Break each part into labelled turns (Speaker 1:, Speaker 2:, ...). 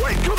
Speaker 1: Welcome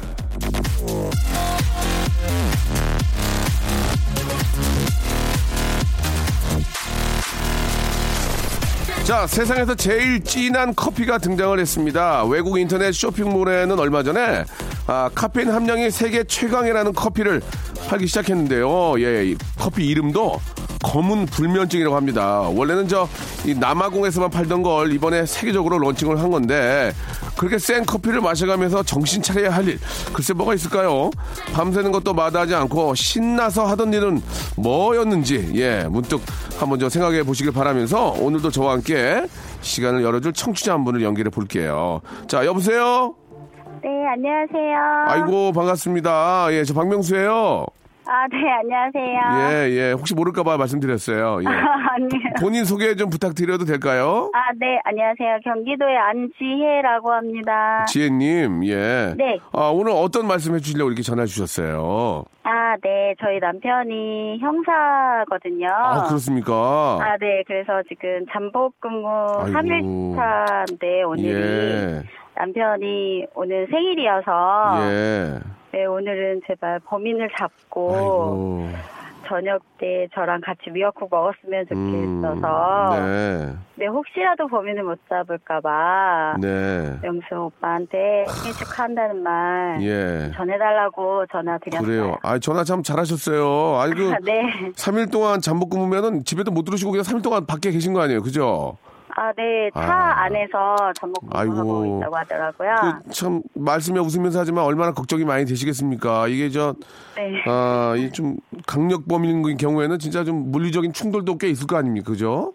Speaker 2: 자 세상에서 제일 진한 커피가 등장을 했습니다 외국 인터넷 쇼핑몰에는 얼마 전에 아, 카페인 함량이 세계 최강이라는 커피를 팔기 시작했는데요 예이 커피 이름도 검은 불면증이라고 합니다 원래는 저 이 남아공에서만 팔던 걸 이번에 세계적으로 런칭을 한 건데 그렇게 센 커피를 마셔가면서 정신 차려야 할 일 글쎄 뭐가 있을까요? 밤새는 것도 마다하지 않고 신나서 하던 일은 뭐였는지 예 문득 한번 저 생각해 보시길 바라면서 오늘도 저와 함께 시간을 열어줄 청취자 한 분을 연결해 볼게요. 자 여보세요.
Speaker 3: 네, 안녕하세요.
Speaker 2: 아이고 반갑습니다. 예 저 박명수예요.
Speaker 3: 아, 네, 안녕하세요.
Speaker 2: 예예 혹시 모를까봐 말씀드렸어요. 예.
Speaker 3: 아니요.
Speaker 2: 본인 소개 좀 부탁드려도 될까요?
Speaker 3: 아, 네, 안녕하세요. 경기도의 안지혜라고 합니다.
Speaker 2: 지혜님, 예.
Speaker 3: 아. 네.
Speaker 2: 아, 오늘 어떤 말씀 해주시려고 이렇게 전화 주셨어요?
Speaker 3: 아, 네, 저희 남편이 형사거든요.
Speaker 2: 아, 그렇습니까?
Speaker 3: 아, 네, 그래서 지금 잠복 근무
Speaker 2: 아이고.
Speaker 3: 3일차인데 오늘이
Speaker 2: 예.
Speaker 3: 남편이 오늘 생일이어서
Speaker 2: 예.
Speaker 3: 네, 오늘은 제발 범인을 잡고
Speaker 2: 아이고.
Speaker 3: 저녁 때 저랑 같이 미역국 먹었으면
Speaker 2: 음,
Speaker 3: 좋겠어서
Speaker 2: 네.
Speaker 3: 네, 혹시라도 범인을 못 잡을까봐
Speaker 2: 네.
Speaker 3: 명수 오빠한테 생일 축하한다는 말
Speaker 2: 예.
Speaker 3: 전해달라고 전화 드렸어요.
Speaker 2: 그래요. 아, 전화 참 잘하셨어요. 아니, 그,
Speaker 3: 아, 네.
Speaker 2: 3일 동안 잠복 근무면은 집에도 못 들으시고 그냥 3일 동안 밖에 계신 거 아니에요? 그죠?
Speaker 3: 아, 네. 차
Speaker 2: 아.
Speaker 3: 안에서 전목하고
Speaker 2: 아이고.
Speaker 3: 있다고 하더라고요.
Speaker 2: 그, 참, 말씀에 웃으면서 하지만 얼마나 걱정이 많이 되시겠습니까? 이게 저,
Speaker 3: 네.
Speaker 2: 아, 이 좀 강력범인 그 경우에는 진짜 좀 물리적인 충돌도 꽤 있을 거 아닙니까? 그죠?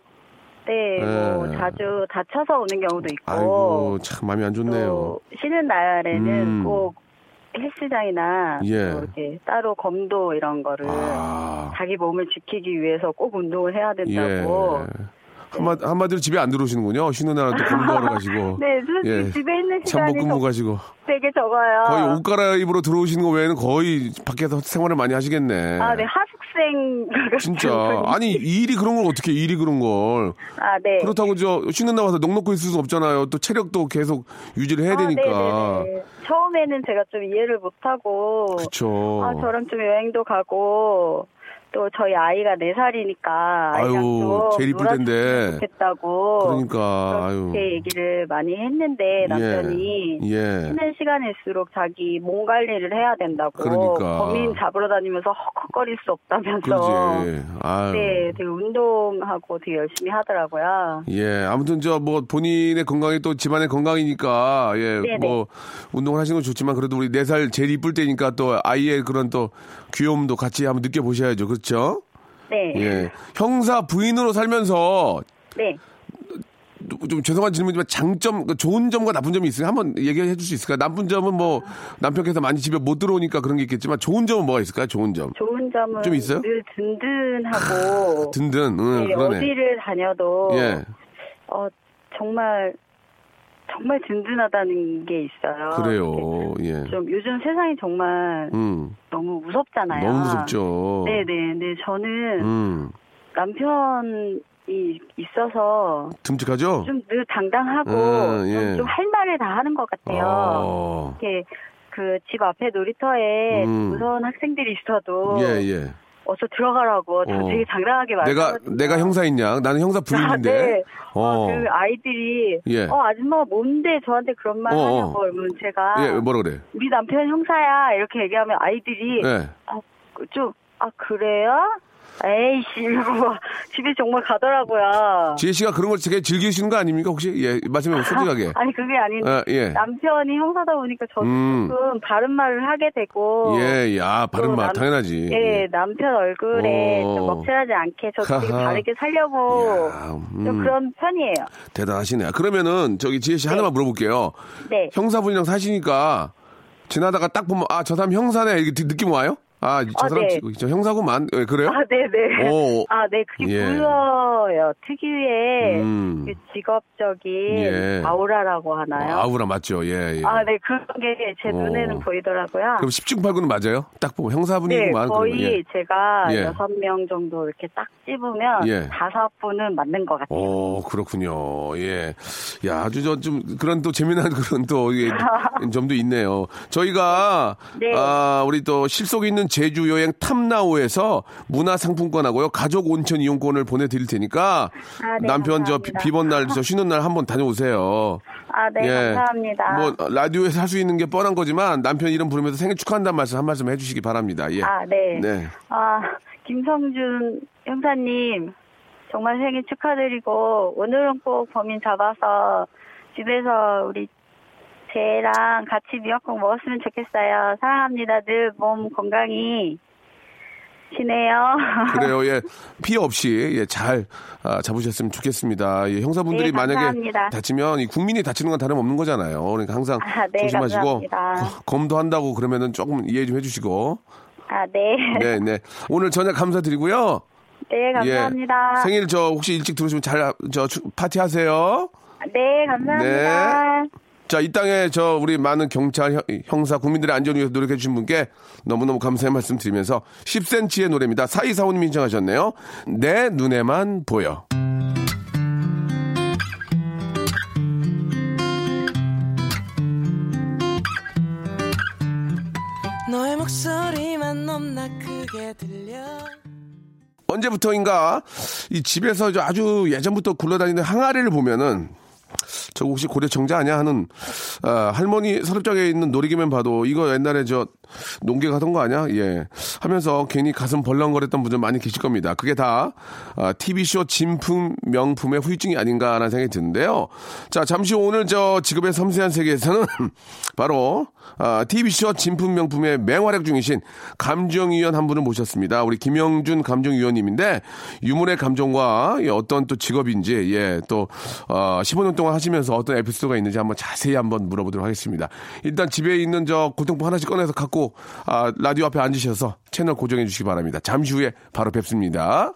Speaker 3: 네, 뭐
Speaker 2: 예.
Speaker 3: 자주 다쳐서 오는 경우도 있고
Speaker 2: 아이고, 참 마음이 안 좋네요.
Speaker 3: 또 쉬는 날에는
Speaker 2: 음.
Speaker 3: 꼭 헬스장이나
Speaker 2: 예.
Speaker 3: 또 이렇게 따로 검도 이런 거를
Speaker 2: 아,
Speaker 3: 자기 몸을 지키기 위해서 꼭 운동을 해야
Speaker 2: 예.
Speaker 3: 된다고
Speaker 2: 한마, 한마디로 집에 안 들어오시는군요. 쉬는 날은 또 공부하러 가시고.
Speaker 3: 네, 솔직히 집에 있는
Speaker 2: 잠복
Speaker 3: 시간이
Speaker 2: 예. 근무
Speaker 3: 더-
Speaker 2: 가시고.
Speaker 3: 되게 적어요.
Speaker 2: 거의 옷 갈아입으로 들어오시는 거 외에는 거의 밖에서 생활을 많이 하시겠네.
Speaker 3: 아, 네, 하숙생. 같은
Speaker 2: 진짜.
Speaker 3: 분이.
Speaker 2: 아니, 일이 그런 걸 어떻게, 해, 일이 그런 걸.
Speaker 3: 아, 네.
Speaker 2: 그렇다고 저 쉬는 날 와서 넋 놓고 있을 수 없잖아요. 또 체력도 계속 유지를 해야
Speaker 3: 아,
Speaker 2: 되니까.
Speaker 3: 네네네. 처음에는 제가 좀 이해를 못하고,
Speaker 2: 그쵸.
Speaker 3: 아, 저랑 좀 여행도 가고, 또 저희 아이가 네살이니까 아이랑
Speaker 2: 아유,
Speaker 3: 좀
Speaker 2: 제일 이쁠
Speaker 3: 놀아줬으면
Speaker 2: 텐데.
Speaker 3: 좋겠다고.
Speaker 2: 그러니까, 아유.
Speaker 3: 그렇게 얘기를 많이 했는데, 남편이.
Speaker 2: 예. 예.
Speaker 3: 쉬는 시간일수록 자기 몸 관리를 해야 된다고.
Speaker 2: 그러니까.
Speaker 3: 범인 잡으러 다니면서 헉헉거릴 수 없다면서.
Speaker 2: 그러지. 예. 아유.
Speaker 3: 네, 되게 운동하고 되게 열심히 하더라고요.
Speaker 2: 예, 아무튼 저 뭐 본인의 건강이 또 집안의 건강이니까 예,
Speaker 3: 네네.
Speaker 2: 뭐 운동을 하시는 건 좋지만 그래도 우리 네 살 제일 이쁠 때니까 또 아이의 그런 또 귀여움도 같이 한번 느껴보셔야죠, 그렇죠?
Speaker 3: 네.
Speaker 2: 예, 형사 부인으로 살면서
Speaker 3: 네.
Speaker 2: 좀 죄송한 질문이지만 장점, 그 좋은 점과 나쁜 점이 있으면 한번 얘기해 줄 수 있을까요? 나쁜 점은 뭐 남편께서 많이 집에 못 들어오니까 그런 게 있겠지만 좋은 점은 뭐가 있을까요? 좋은 점.
Speaker 3: 좋은 점은
Speaker 2: 좀 있어요?
Speaker 3: 늘 든든하고
Speaker 2: 든든, 응,
Speaker 3: 네,
Speaker 2: 그러네.
Speaker 3: 어디를 다녀도
Speaker 2: 예,
Speaker 3: 어, 정말 정말 든든하다는 게 있어요.
Speaker 2: 그래요. 예.
Speaker 3: 아, 네. 좀 요즘 세상이 정말
Speaker 2: 음,
Speaker 3: 너무 무섭잖아요.
Speaker 2: 너무 무섭죠.
Speaker 3: 네네. 네, 저는
Speaker 2: 음,
Speaker 3: 남편이 있어서
Speaker 2: 듬직하죠?
Speaker 3: 좀 늘 당당하고
Speaker 2: 아, 예.
Speaker 3: 좀 할 말을 다 하는 것 같아요.
Speaker 2: 어.
Speaker 3: 이렇게 그 집 앞에 놀이터에
Speaker 2: 음.
Speaker 3: 무서운 학생들이 있어도
Speaker 2: 예, 예.
Speaker 3: 어서 들어가라고 저
Speaker 2: 어.
Speaker 3: 되게 당당하게 말해요.
Speaker 2: 내가 내가 형사인 양. 나는 형사 부인인데.
Speaker 3: 아, 네.
Speaker 2: 어.
Speaker 3: 그 아이들이
Speaker 2: 예.
Speaker 3: 어 아줌마 가 뭔데 저한테 그런 말
Speaker 2: 어, 어.
Speaker 3: 하냐고 그러면 제가
Speaker 2: 예, 뭐라 그래?
Speaker 3: 우리 예.
Speaker 2: 네.
Speaker 3: 남편 형사야 이렇게 얘기하면 어, 그 아이들이
Speaker 2: 예.
Speaker 3: 좀 아 그래요? 에이씨, 이러고 막 집에 정말 가더라고요.
Speaker 2: 지혜 씨가 그런 걸 되게 즐기시는 거 아닙니까? 혹시 예 말씀해 보세요. 솔직하게.
Speaker 3: 아니, 그게 아닌데.
Speaker 2: 아, 예.
Speaker 3: 남편이 형사다 보니까 저도
Speaker 2: 음.
Speaker 3: 조금 바른 말을 하게 되고.
Speaker 2: 예, 야, 바른
Speaker 3: 또
Speaker 2: 말
Speaker 3: 남-
Speaker 2: 당연하지.
Speaker 3: 예, 남편 얼굴에
Speaker 2: 어.
Speaker 3: 좀 먹칠하지 않게 저도 되게
Speaker 2: 하하.
Speaker 3: 바르게 살려고
Speaker 2: 야,
Speaker 3: 좀
Speaker 2: 음.
Speaker 3: 그런 편이에요.
Speaker 2: 대단하시네. 그러면은 저기 지혜 씨 하나만 물어볼게요.
Speaker 3: 네.
Speaker 2: 형사분이랑 사시니까 지나다가 딱 보면 아 저 사람 형사네 이렇게 느- 느낌 와요? 아 저
Speaker 3: 아,
Speaker 2: 사람
Speaker 3: 네.
Speaker 2: 지- 저 형사구만. 예, 그래요?
Speaker 3: 아, 네네.
Speaker 2: 오.
Speaker 3: 아, 네, 그게
Speaker 2: 어. 예.
Speaker 3: 보여요. 특유의
Speaker 2: 음.
Speaker 3: 그 직업적인
Speaker 2: 예.
Speaker 3: 아우라라고 하나요?
Speaker 2: 아우라 맞죠? 예, 예.
Speaker 3: 아, 네, 그런 게 제
Speaker 2: 오.
Speaker 3: 눈에는 보이더라고요.
Speaker 2: 그럼 10중 8구는 맞아요? 딱 보면
Speaker 3: 네,
Speaker 2: 형사분이구만.
Speaker 3: 거의
Speaker 2: 그러면, 예.
Speaker 3: 제가
Speaker 2: 예.
Speaker 3: 여섯 명 정도 이렇게 딱 찝으면
Speaker 2: 예.
Speaker 3: 다섯 분은 맞는 것 같아요.
Speaker 2: 오, 어, 그렇군요. 예. 야, 아주 저 좀 그런 또 재미난 그런 또 예, 점도 있네요. 저희가
Speaker 3: 네.
Speaker 2: 아, 우리 또 실속 있는 제주 여행 탐나오에서 문화 상품권하고요. 가족 온천 이용권을 보내 드릴 테니까
Speaker 3: 아, 네,
Speaker 2: 남편
Speaker 3: 감사합니다.
Speaker 2: 저 비번 날 저 쉬는 날 한번 다녀오세요.
Speaker 3: 아, 네, 감사합니다.
Speaker 2: 뭐 라디오에서 할 수 있는 게 뻔한 거지만 남편 이름 부르면서 생일 축하한다는 말씀 한 말씀 해 주시기 바랍니다. 예.
Speaker 3: 아, 네.
Speaker 2: 네.
Speaker 3: 아, 김성준 형사님, 정말 생일 축하드리고, 오늘은 꼭 범인 잡아서 집에서 우리 쟤랑 같이 미역국 먹었으면 좋겠어요. 사랑합니다. 늘 몸 건강히 지내요.
Speaker 2: 그래요. 예. 피해 없이 예, 잘 아, 잡으셨으면 좋겠습니다. 예, 형사분들이
Speaker 3: 네,
Speaker 2: 만약에
Speaker 3: 감사합니다.
Speaker 2: 다치면 이 국민이 다치는 건 다름없는 거잖아요. 그러니까 항상
Speaker 3: 아, 네,
Speaker 2: 조심하시고
Speaker 3: 감사합니다.
Speaker 2: 거- 검도한다고 그러면은 조금 이해 좀 해주시고.
Speaker 3: 아, 네.
Speaker 2: 네,
Speaker 3: 네,
Speaker 2: 네. 오늘 저녁 감사드리고요.
Speaker 3: 감사합니다.
Speaker 2: 예. 생일 저 혹시 일찍 들어오시면 잘저 파티 하세요.
Speaker 3: 네, 감사합니다.
Speaker 2: 네. 자, 이 땅에 저 우리 많은 경찰 형- 형사 국민들의 안전을 위해서 노력해 주신 분께 너무너무 감사의 말씀 드리면서 10cm의 노래입니다. 4245님 신청하셨네요. 내 눈에만 보여.
Speaker 4: 너의 목소리만 넘나 크게 들려
Speaker 2: 언제부터인가 이 집에서 저 아주 예전부터 굴러다니는 항아리를 보면은 저 혹시 고려 정자 아니야 하는 아, 할머니 서랍장에 있는 놀이기만 봐도 이거 옛날에 저 농계 가던 거 아니야 예 하면서 괜히 가슴 벌렁거렸던 분들 많이 계실 겁니다 그게 다 아, TV쇼 진품 명품의 후유증이 아닌가라는 생각이 드는데요 자 잠시 후 오늘 저 직업의 섬세한 세계에서는 바로 아, TV쇼 진품 명품의 맹활약 중이신 감정위원 한 분을 모셨습니다 우리 김영준 감정위원님인데 유물의 감정과 이 어떤 또 직업인지 예또 어, 15년 동안 하시면서 어떤 에피소드가 있는지 한번 자세히 한번 물어보도록 하겠습니다. 일단 집에 있는 저 고통포 하나씩 꺼내서 갖고 아, 라디오 앞에 앉으셔서 채널 고정해 주시기 바랍니다. 잠시 후에 바로 뵙습니다.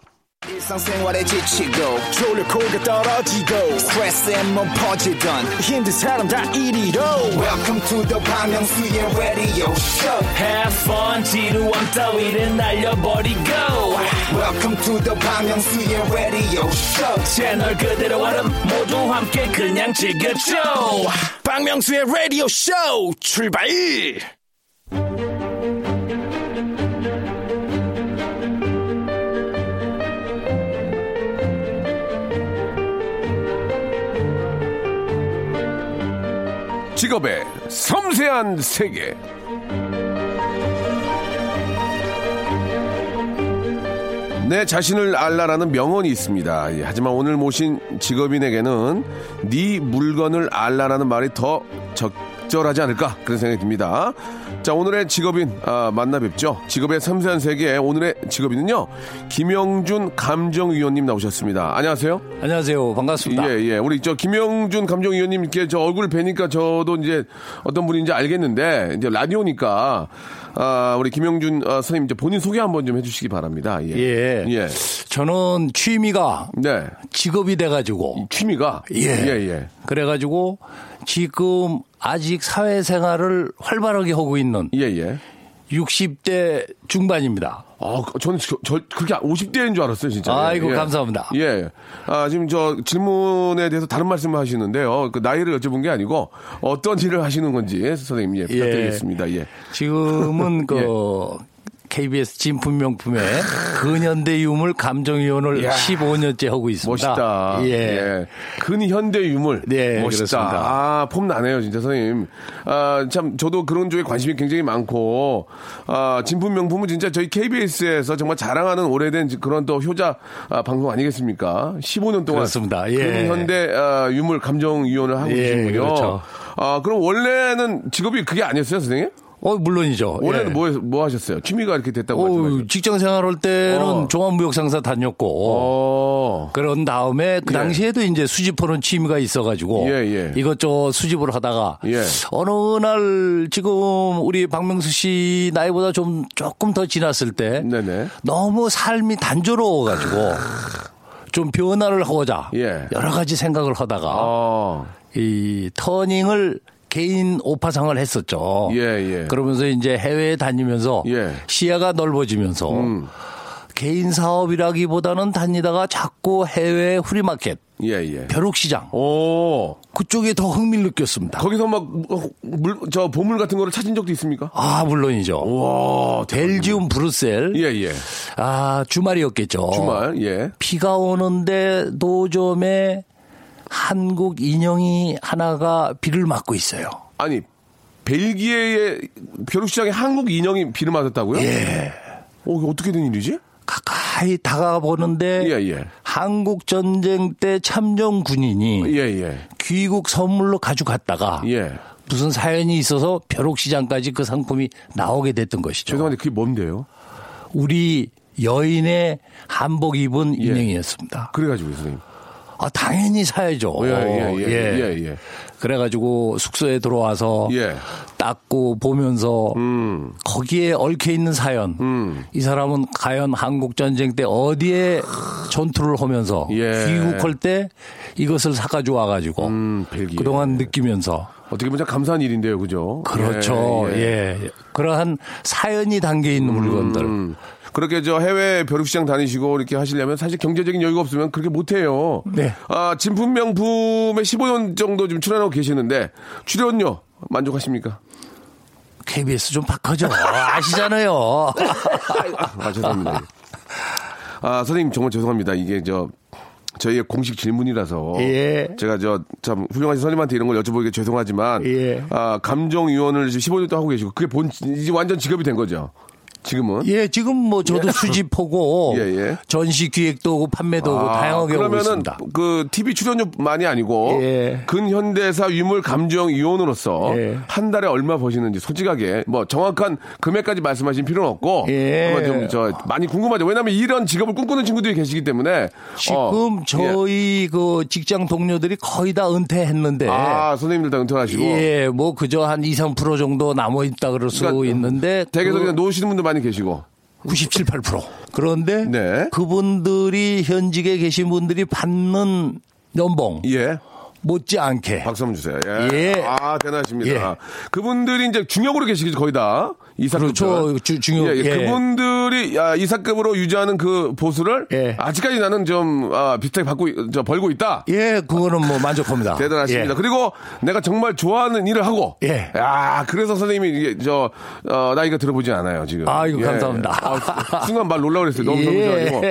Speaker 5: 일상생활에 지치고, 졸려 코가 떨어지고, 스트레스에 몸 퍼지던, 힘든 사람 다 이리로. welcome to the Bang Myung-soo's radio show
Speaker 6: Have fun 지루함 따위를 날려버리고
Speaker 5: welcome to the Bang Myung-soo's radio show
Speaker 6: 채널 그대로 얼음 모두 함께 그냥 즐겨줘
Speaker 1: 박명수의 라디오 쇼 출발!
Speaker 2: 직업의 섬세한 세계. 내 자신을 알라라는 명언이 있습니다. 예, 하지만 오늘 모신 직업인에게는 네 물건을 알라라는 말이 더 적절하지 않을까 그런 생각이 듭니다. 자 오늘의 직업인 아, 만나 뵙죠. 직업의 섬세한 세계 오늘의 직업인은요 김영준 감정위원님 나오셨습니다. 안녕하세요.
Speaker 7: 안녕하세요. 반갑습니다.
Speaker 2: 예, 예. 우리 저 김영준 감정위원님께 저 얼굴 뵈니까 저도 이제 어떤 분인지 알겠는데 이제 라디오니까 아, 우리 김영준 아, 선생님 이제 본인 소개 한번 좀 해주시기 바랍니다. 예.
Speaker 7: 예.
Speaker 2: 예.
Speaker 7: 저는 취미가
Speaker 2: 네.
Speaker 7: 직업이 돼가지고
Speaker 2: 취미가
Speaker 7: 예.
Speaker 2: 예, 예.
Speaker 7: 그래가지고 지금 아직 사회생활을 활발하게 하고 있는
Speaker 2: 예, 예.
Speaker 7: 60대 중반입니다.
Speaker 2: 아, 그- 저는 저, 저 그렇게 50대인 줄 알았어요, 진짜.
Speaker 7: 아이고,
Speaker 2: 예.
Speaker 7: 감사합니다.
Speaker 2: 예. 아, 지금 저 질문에 대해서 다른 말씀을 하시는데요. 그 나이를 여쭤본 게 아니고 예. 어떤 일을 하시는 건지 선생님 예, 부탁드리겠습니다. 예.
Speaker 7: 지금은 그 KBS 진품명품에 근현대 유물 감정위원을
Speaker 2: 이야.
Speaker 7: 15년째 하고 있습니다.
Speaker 2: 멋있다.
Speaker 7: 예.
Speaker 2: 예. 근현대 유물.
Speaker 7: 네,
Speaker 2: 멋있다.
Speaker 7: 그렇습니다.
Speaker 2: 아, 폼 나네요, 진짜 선생님. 아, 참 저도 그런 쪽에 관심이 굉장히 많고 아, 진품 명품은 진짜 저희 KBS에서 정말 자랑하는 오래된 그런 또 효자 아, 방송 아니겠습니까? 15년 동안
Speaker 7: 그렇습니다. 예.
Speaker 2: 근현대 아, 유물 감정 위원을 하고
Speaker 7: 예,
Speaker 2: 계시군요.
Speaker 7: 그렇죠.
Speaker 2: 아, 그럼 원래는 직업이 그게 아니었어요, 선생님?
Speaker 7: 어, 물론이죠.
Speaker 2: 원래는
Speaker 7: 예.
Speaker 2: 뭐, 뭐 하셨어요? 취미가 이렇게 됐다고 말씀하셨죠.
Speaker 7: 어, 직장 생활할 때는
Speaker 2: 어.
Speaker 7: 종합무역상사 다녔고
Speaker 2: 어.
Speaker 7: 그런 다음에 그
Speaker 2: 예.
Speaker 7: 당시에도 이제 수집하는 취미가 있어가지고
Speaker 2: 예, 예.
Speaker 7: 이것저것 수집을 하다가
Speaker 2: 예.
Speaker 7: 어느 날 지금 우리 박명수 씨 나이보다 좀 조금 더 지났을 때
Speaker 2: 네네.
Speaker 7: 너무 삶이 단조로워가지고 좀 변화를 하고자
Speaker 2: 아. 예.
Speaker 7: 여러 가지 생각을 하다가 아.
Speaker 2: 어.
Speaker 7: 이 터닝을 개인 오파상을 했었죠.
Speaker 2: 예, 예.
Speaker 7: 그러면서 이제 해외에 다니면서
Speaker 2: 예. 음.
Speaker 7: 시야가 넓어지면서 개인 사업이라기보다는 다니다가 자꾸 해외 후리마켓,
Speaker 2: 예, 예.
Speaker 7: 벼룩시장
Speaker 2: 오.
Speaker 7: 그쪽에 더 흥미를 느꼈습니다.
Speaker 2: 거기서 막 물 저 보물 같은 거를 찾은 적도 있습니까?
Speaker 7: 아 물론이죠.
Speaker 2: 와,
Speaker 7: 벨지움 브루셀.
Speaker 2: 예, 예.
Speaker 7: 아 주말이었겠죠.
Speaker 2: 주말, 예.
Speaker 7: 비가 오는데 노점에 한국 인형이 하나가 비를 맞고 있어요.
Speaker 2: 아니, 벨기에의 벼룩시장에 한국 인형이 비를 맞았다고요?
Speaker 7: 예.
Speaker 2: 어, 이게 어떻게 된 일이지?
Speaker 7: 가까이 다가보는데
Speaker 2: 예, 예.
Speaker 7: 한국 전쟁 때 참전 군인이
Speaker 2: 예, 예.
Speaker 7: 귀국 선물로 가져갔다가
Speaker 2: 예.
Speaker 7: 무슨 사연이 있어서 벼룩시장까지 그 상품이 나오게 됐던 것이죠.
Speaker 2: 죄송한데 그게 뭔데요?
Speaker 7: 우리 여인의 한복 입은
Speaker 2: 예.
Speaker 7: 인형이었습니다.
Speaker 2: 그래가지고 선생님.
Speaker 7: 아, 당연히 사야죠.
Speaker 2: 예, 예,
Speaker 7: 어,
Speaker 2: 예, 예, 예.
Speaker 7: 그래가지고 숙소에 들어와서
Speaker 2: 예. 음.
Speaker 7: 닦고 보면서 거기에 얽혀 있는 사연. 이 사람은 과연 한국 전쟁 때 어디에 전투를 하면서
Speaker 2: 예.
Speaker 7: 귀국할 때 이것을 사가지고 와가지고
Speaker 2: 음, 벨기에.
Speaker 7: 그동안 느끼면서
Speaker 2: 어떻게 보면 참 감사한 일인데요, 그죠?
Speaker 7: 그렇죠. 예. 그러한 사연이 담겨 있는 물건들.
Speaker 2: 음. 그렇게 저 해외 벼룩시장 다니시고 이렇게 하시려면 사실 경제적인 여유가 없으면 그렇게 못해요.
Speaker 7: 네.
Speaker 2: 아, 진품 명품에 15년 정도 지금 출연하고 계시는데 출연료 만족하십니까?
Speaker 7: KBS 좀 바꿔줘. 아시잖아요.
Speaker 2: 아, 죄송합니다. 아, 선생님 정말 죄송합니다. 이게 저 저희의 공식 질문이라서
Speaker 7: 예.
Speaker 2: 제가 저 참 훌륭하신 선생님한테 이런 걸 여쭤보기 지죄송하지만
Speaker 7: 예.
Speaker 2: 아, 감정 위원을 지금 15년 동안 하고 계시고 그게 본 이제 완전 직업이 된 거죠. 지금은
Speaker 7: 예, 지금 뭐 저도 수집하고
Speaker 2: 예, 예.
Speaker 7: 전시 기획도 하고 판매도 하고
Speaker 2: 아,
Speaker 7: 다양하게 하고
Speaker 2: 그러면은
Speaker 7: 있습니다.
Speaker 2: 그 TV 출연료만이 아니고
Speaker 7: 예.
Speaker 2: 근현대사 유물 감정 위원으로서
Speaker 7: 예.
Speaker 2: 한 달에 얼마 버시는지 솔직하게 뭐 정확한 금액까지 말씀하신 필요는 없고
Speaker 7: 예.
Speaker 2: 한번 좀저 많이 궁금하죠. 왜냐하면 이런 직업을 꿈꾸는 친구들이 계시기 때문에
Speaker 7: 지금
Speaker 2: 어, 예.
Speaker 7: 저희 그 직장 동료들이 거의 다 은퇴했는데
Speaker 2: 아 선생님들 다 은퇴하시고
Speaker 7: 예, 뭐 그저 한 2, 3% 정도 남아 있다 그럴 수
Speaker 2: 그러니까
Speaker 7: 있는데
Speaker 2: 댁에서
Speaker 7: 그
Speaker 2: 그냥 놓으시는 분들 많이 계시고
Speaker 7: 97, 8%. 그런데
Speaker 2: 네.
Speaker 7: 그분들이 현직에 계신 분들이 받는 연봉
Speaker 2: 예
Speaker 7: 못지않게
Speaker 2: 박수 한번 주세요. 예.
Speaker 7: 예.
Speaker 2: 아, 대단하십니다.
Speaker 7: 예.
Speaker 2: 그분들이 이제 중역으로 계시겠죠, 거의 다. 이사급.
Speaker 7: 그렇죠. 주- 중역,
Speaker 2: 예, 예.
Speaker 7: 예.
Speaker 2: 그분들이 아, 이사급으로 유지하는 그 보수를
Speaker 7: 예.
Speaker 2: 아직까지 나는 좀 아, 비슷하게 받고, 있- 저, 벌고 있다.
Speaker 7: 예, 그거는 뭐 만족합니다.
Speaker 2: 대단하십니다.
Speaker 7: 예.
Speaker 2: 그리고 내가 정말 좋아하는 일을 하고.
Speaker 7: 예.
Speaker 2: 아, 그래서 선생님이 이게 저, 어, 나이가 들어보지 않아요, 지금. 예.
Speaker 7: 아이고, 감사합니다.
Speaker 2: 아, 순간 말 놀라 그랬어요. 너무
Speaker 7: 예.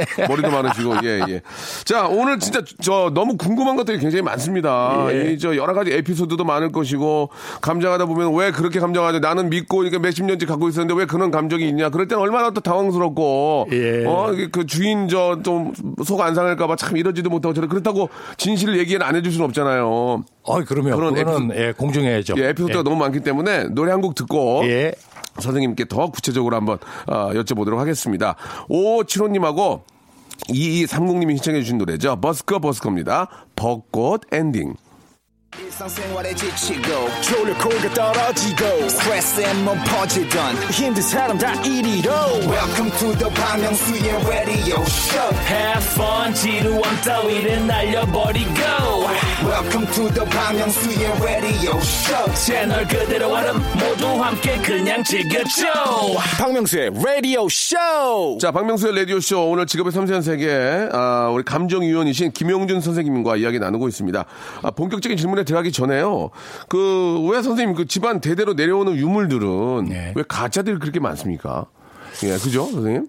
Speaker 2: 정신없고 머리도 많으시고, 예, 예. 자, 오늘 진짜 저 너무 궁금한 것들이 굉장히 많습니다.
Speaker 7: 예.
Speaker 2: 이 저 여러 가지 에피소드도 많을 것이고, 감정하다 보면 왜 그렇게 감정하죠? 나는 믿고 이렇게 몇십 년째 갖고 있었는데 왜 그런 감정이 있냐? 그럴 땐 얼마나 또 당황스럽고,
Speaker 7: 예.
Speaker 2: 어, 이게 그 주인 저 좀 속 안 상할까봐 참 이러지도 못하고 저래. 그렇다고 진실을 얘기는 안 해줄 수는 없잖아요.
Speaker 7: 어, 그러면
Speaker 2: 그런
Speaker 7: 그거는 예, 공정해야죠.
Speaker 2: 예, 에피소드가 너무 많기 때문에 노래 한 곡 듣고
Speaker 7: 예.
Speaker 2: 선생님께 더 구체적으로 한번 어, 여쭤보도록 하겠습니다. 5575님하고 2230님이 신청해 주신 노래죠. 버스커 버스커입니다. 벚꽃 엔딩.
Speaker 5: 일상생활에 지치고, 졸려 코가 떨어지고, 스트레스에 몸 퍼지던, 힘든 사람 다 이리로. welcome to the Bang Myung-soo's radio show
Speaker 6: Have fun 지루한 따위를 날려버리고
Speaker 5: welcome to the Bang Myung-soo's radio show
Speaker 6: 채널 그대로 와름 모두 함께 그냥 즐겨줘
Speaker 1: 박명수의 라디오 쇼.
Speaker 2: 자, 박명수의 라디오쇼 오늘 직업의 섬세한 세계, 아, 우리 감정위원이신 김용준 선생님과 이야기 나누고 있습니다. 아, 본격적인 질문에 들어가기 전에요. 그, 왜 선생님 그 집안 대대로 내려오는 유물들은
Speaker 7: 네.
Speaker 2: 왜 가짜들이 그렇게 많습니까? 예, 그죠, 선생님?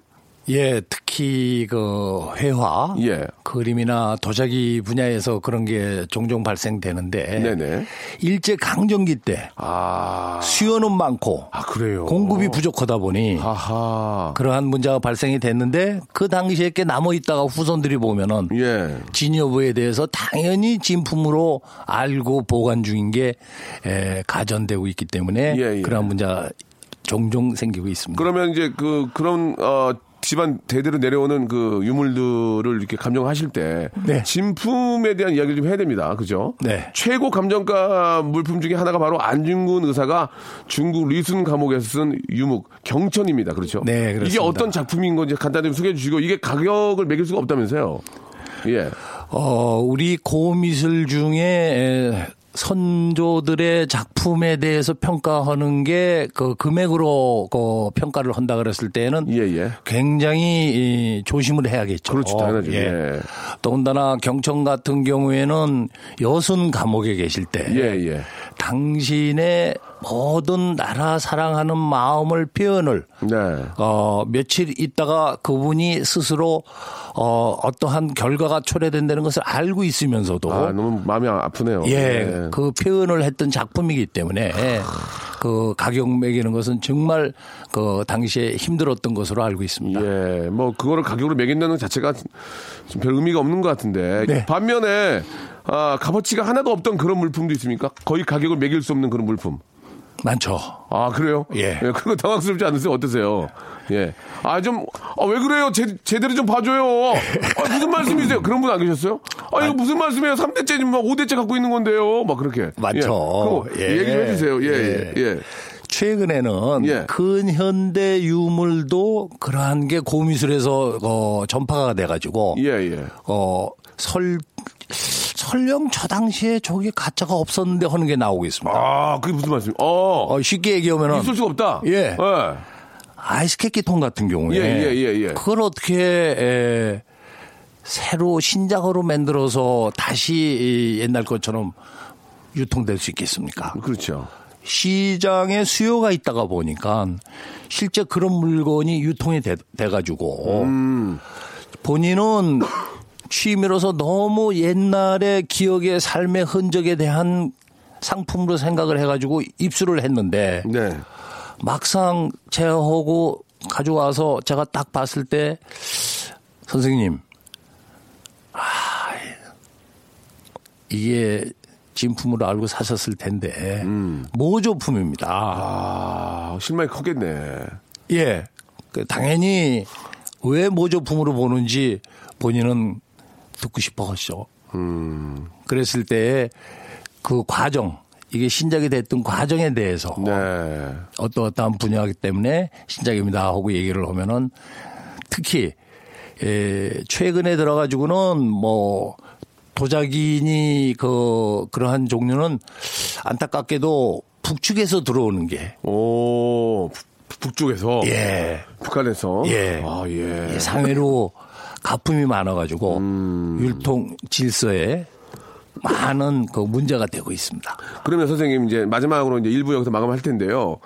Speaker 7: 예, 특히 그 회화,
Speaker 2: 예.
Speaker 7: 그림이나 도자기 분야에서 그런 게 종종 발생되는데
Speaker 2: 네네.
Speaker 7: 일제 강점기 때
Speaker 2: 아,
Speaker 7: 수요는 많고
Speaker 2: 아, 그래요.
Speaker 7: 공급이 부족하다 보니
Speaker 2: 아하.
Speaker 7: 그러한 문제가 발생이 됐는데 그 당시에 꽤 남아 있다가 후손들이 보면은
Speaker 2: 예.
Speaker 7: 진 여부에 대해서 당연히 진품으로 알고 보관 중인 게 에, 가전되고 있기 때문에
Speaker 2: 예, 예.
Speaker 7: 그러한 문제가 종종 생기고 있습니다.
Speaker 2: 그러면 이제 그 그런 어 집안 대대로 내려오는 그 유물들을 이렇게 감정하실 때
Speaker 7: 네.
Speaker 2: 진품에 대한 이야기를 좀 해야 됩니다. 그죠?
Speaker 7: 네.
Speaker 2: 최고 감정가 물품 중에 하나가 바로 안중근 의사가 중국 리순 감옥에서 쓴 유목 경천입니다. 그렇죠?
Speaker 7: 네,
Speaker 2: 이게
Speaker 7: 그렇습니다.
Speaker 2: 어떤 작품인 건지 간단히 좀 소개해 주시고 이게 가격을 매길 수가 없다면서요. 예.
Speaker 7: 어, 우리 고미술 중에 에, 선조들의 작품에 대해서 평가하는 게 그 금액으로 그 평가를 한다 그랬을 때는
Speaker 2: 예, 예.
Speaker 7: 굉장히 이, 조심을 해야겠죠.
Speaker 2: 그렇죠, 당연하죠. 예.
Speaker 7: 더군다나 경청 같은 경우에는 여순 감옥에 계실 때
Speaker 2: 예, 예.
Speaker 7: 당신의 모든 나라 사랑하는 마음을 표현을
Speaker 2: 네.
Speaker 7: 어, 며칠 있다가 그분이 스스로 어, 어떠한 결과가 초래된다는 것을 알고 있으면서도
Speaker 2: 아, 너무 마음이 아프네요.
Speaker 7: 어? 예,
Speaker 2: 예.
Speaker 7: 그 표현을 했던 작품이기 때문에 그 가격 매기는 것은 정말 그 당시에 힘들었던 것으로 알고 있습니다.
Speaker 2: 예, 뭐 그거를 가격으로 매긴다는 것 자체가 좀 별 의미가 없는 것 같은데
Speaker 7: 네.
Speaker 2: 반면에 아, 값어치가 하나도 없던 그런 물품도 있습니까? 거의 가격을 매길 수 없는 그런 물품.
Speaker 7: 많죠.
Speaker 2: 아 그래요?
Speaker 7: 예.
Speaker 2: 그거 당황스럽지 않으세요? 어떠세요? 예. 아 좀 아 왜 그래요? 제, 제대로 좀 봐줘요. 아, 무슨 말씀이세요? 그런 분 안 계셨어요? 아 이거 무슨 말씀이에요? 3대째 막 5대째 갖고 있는 건데요. 막 그렇게.
Speaker 7: 많죠.
Speaker 2: 예. 그거 얘기 좀
Speaker 7: 예.
Speaker 2: 해주세요. 예.
Speaker 7: 예.
Speaker 2: 예. 예.
Speaker 7: 최근에는
Speaker 2: 예.
Speaker 7: 근현대 유물도 그러한 게 고미술에서 어, 전파가 돼가지고
Speaker 2: 예. 예.
Speaker 7: 어, 설, 설령 저 당시에 저게 가짜가 없었는데 하는 게 나오고 있습니다.
Speaker 2: 아 그게 무슨 말씀? 어.
Speaker 7: 어, 쉽게 얘기하면은
Speaker 2: 있을 수가 없다.
Speaker 7: 예.
Speaker 2: 예.
Speaker 7: 아이스케키통 같은 경우에
Speaker 2: 예, 예, 예, 예.
Speaker 7: 그걸 어떻게 에, 새로 신작으로 만들어서 다시 이 옛날 것처럼 유통될 수 있겠습니까?
Speaker 2: 그렇죠.
Speaker 7: 시장에 수요가 있다가 보니까 실제 그런 물건이 유통이 돼, 돼가지고
Speaker 2: 음.
Speaker 7: 본인은 취미로서 너무 옛날의 기억의 삶의 흔적에 대한 상품으로 생각을 해가지고 입수를 했는데
Speaker 2: 네.
Speaker 7: 막상 제어하고 가져와서 제가 딱 봤을 때 선생님 아, 이게 진품으로 알고 사셨을 텐데 모조품입니다.
Speaker 2: 아, 실망이 컸겠네.
Speaker 7: 예, 그 당연히 왜 모조품으로 보는지 본인은 듣고 싶어 하시죠. 그랬을 때 그 과정 이게 신작이 됐던 과정에 대해서
Speaker 2: 네.
Speaker 7: 어떠어떠한 분야이기 때문에 신작입니다 하고 얘기를 하면은 특히 예, 최근에 들어가지고는 뭐 도자기니 그 그러한 종류는 안타깝게도 북측에서 들어오는 게
Speaker 2: 오, 북- 북쪽에서.
Speaker 7: 예.
Speaker 2: 북한에서.
Speaker 7: 예.
Speaker 2: 아, 어. 예.
Speaker 7: 예, 상해로 가품이 많아가지고
Speaker 2: 음.
Speaker 7: 율통 질서에 많은 그 문제가 되고 있습니다.
Speaker 2: 그러면 선생님, 이제 마지막으로 이제 일부 여기서 마감할 텐데요.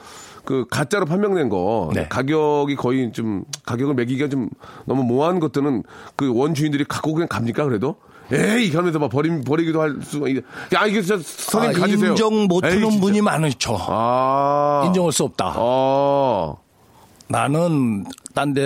Speaker 2: 그 가짜로 판명된 거
Speaker 7: 네.
Speaker 2: 가격이 거의 좀 가격을 매기기가 좀 너무 모호한 것들은 그 원주인들이 갖고 그냥 갑니까 그래도 에이 하면서 막 버림 버리기도 할 수가 있- 야 이게 진짜
Speaker 7: 아,
Speaker 2: 선생님 가지세요
Speaker 7: 인정
Speaker 2: 에이,
Speaker 7: 못하는
Speaker 2: 진짜.
Speaker 7: 분이 많으죠.
Speaker 2: 아
Speaker 7: 인정할 수 없다.
Speaker 2: 어
Speaker 7: 나는 딴 데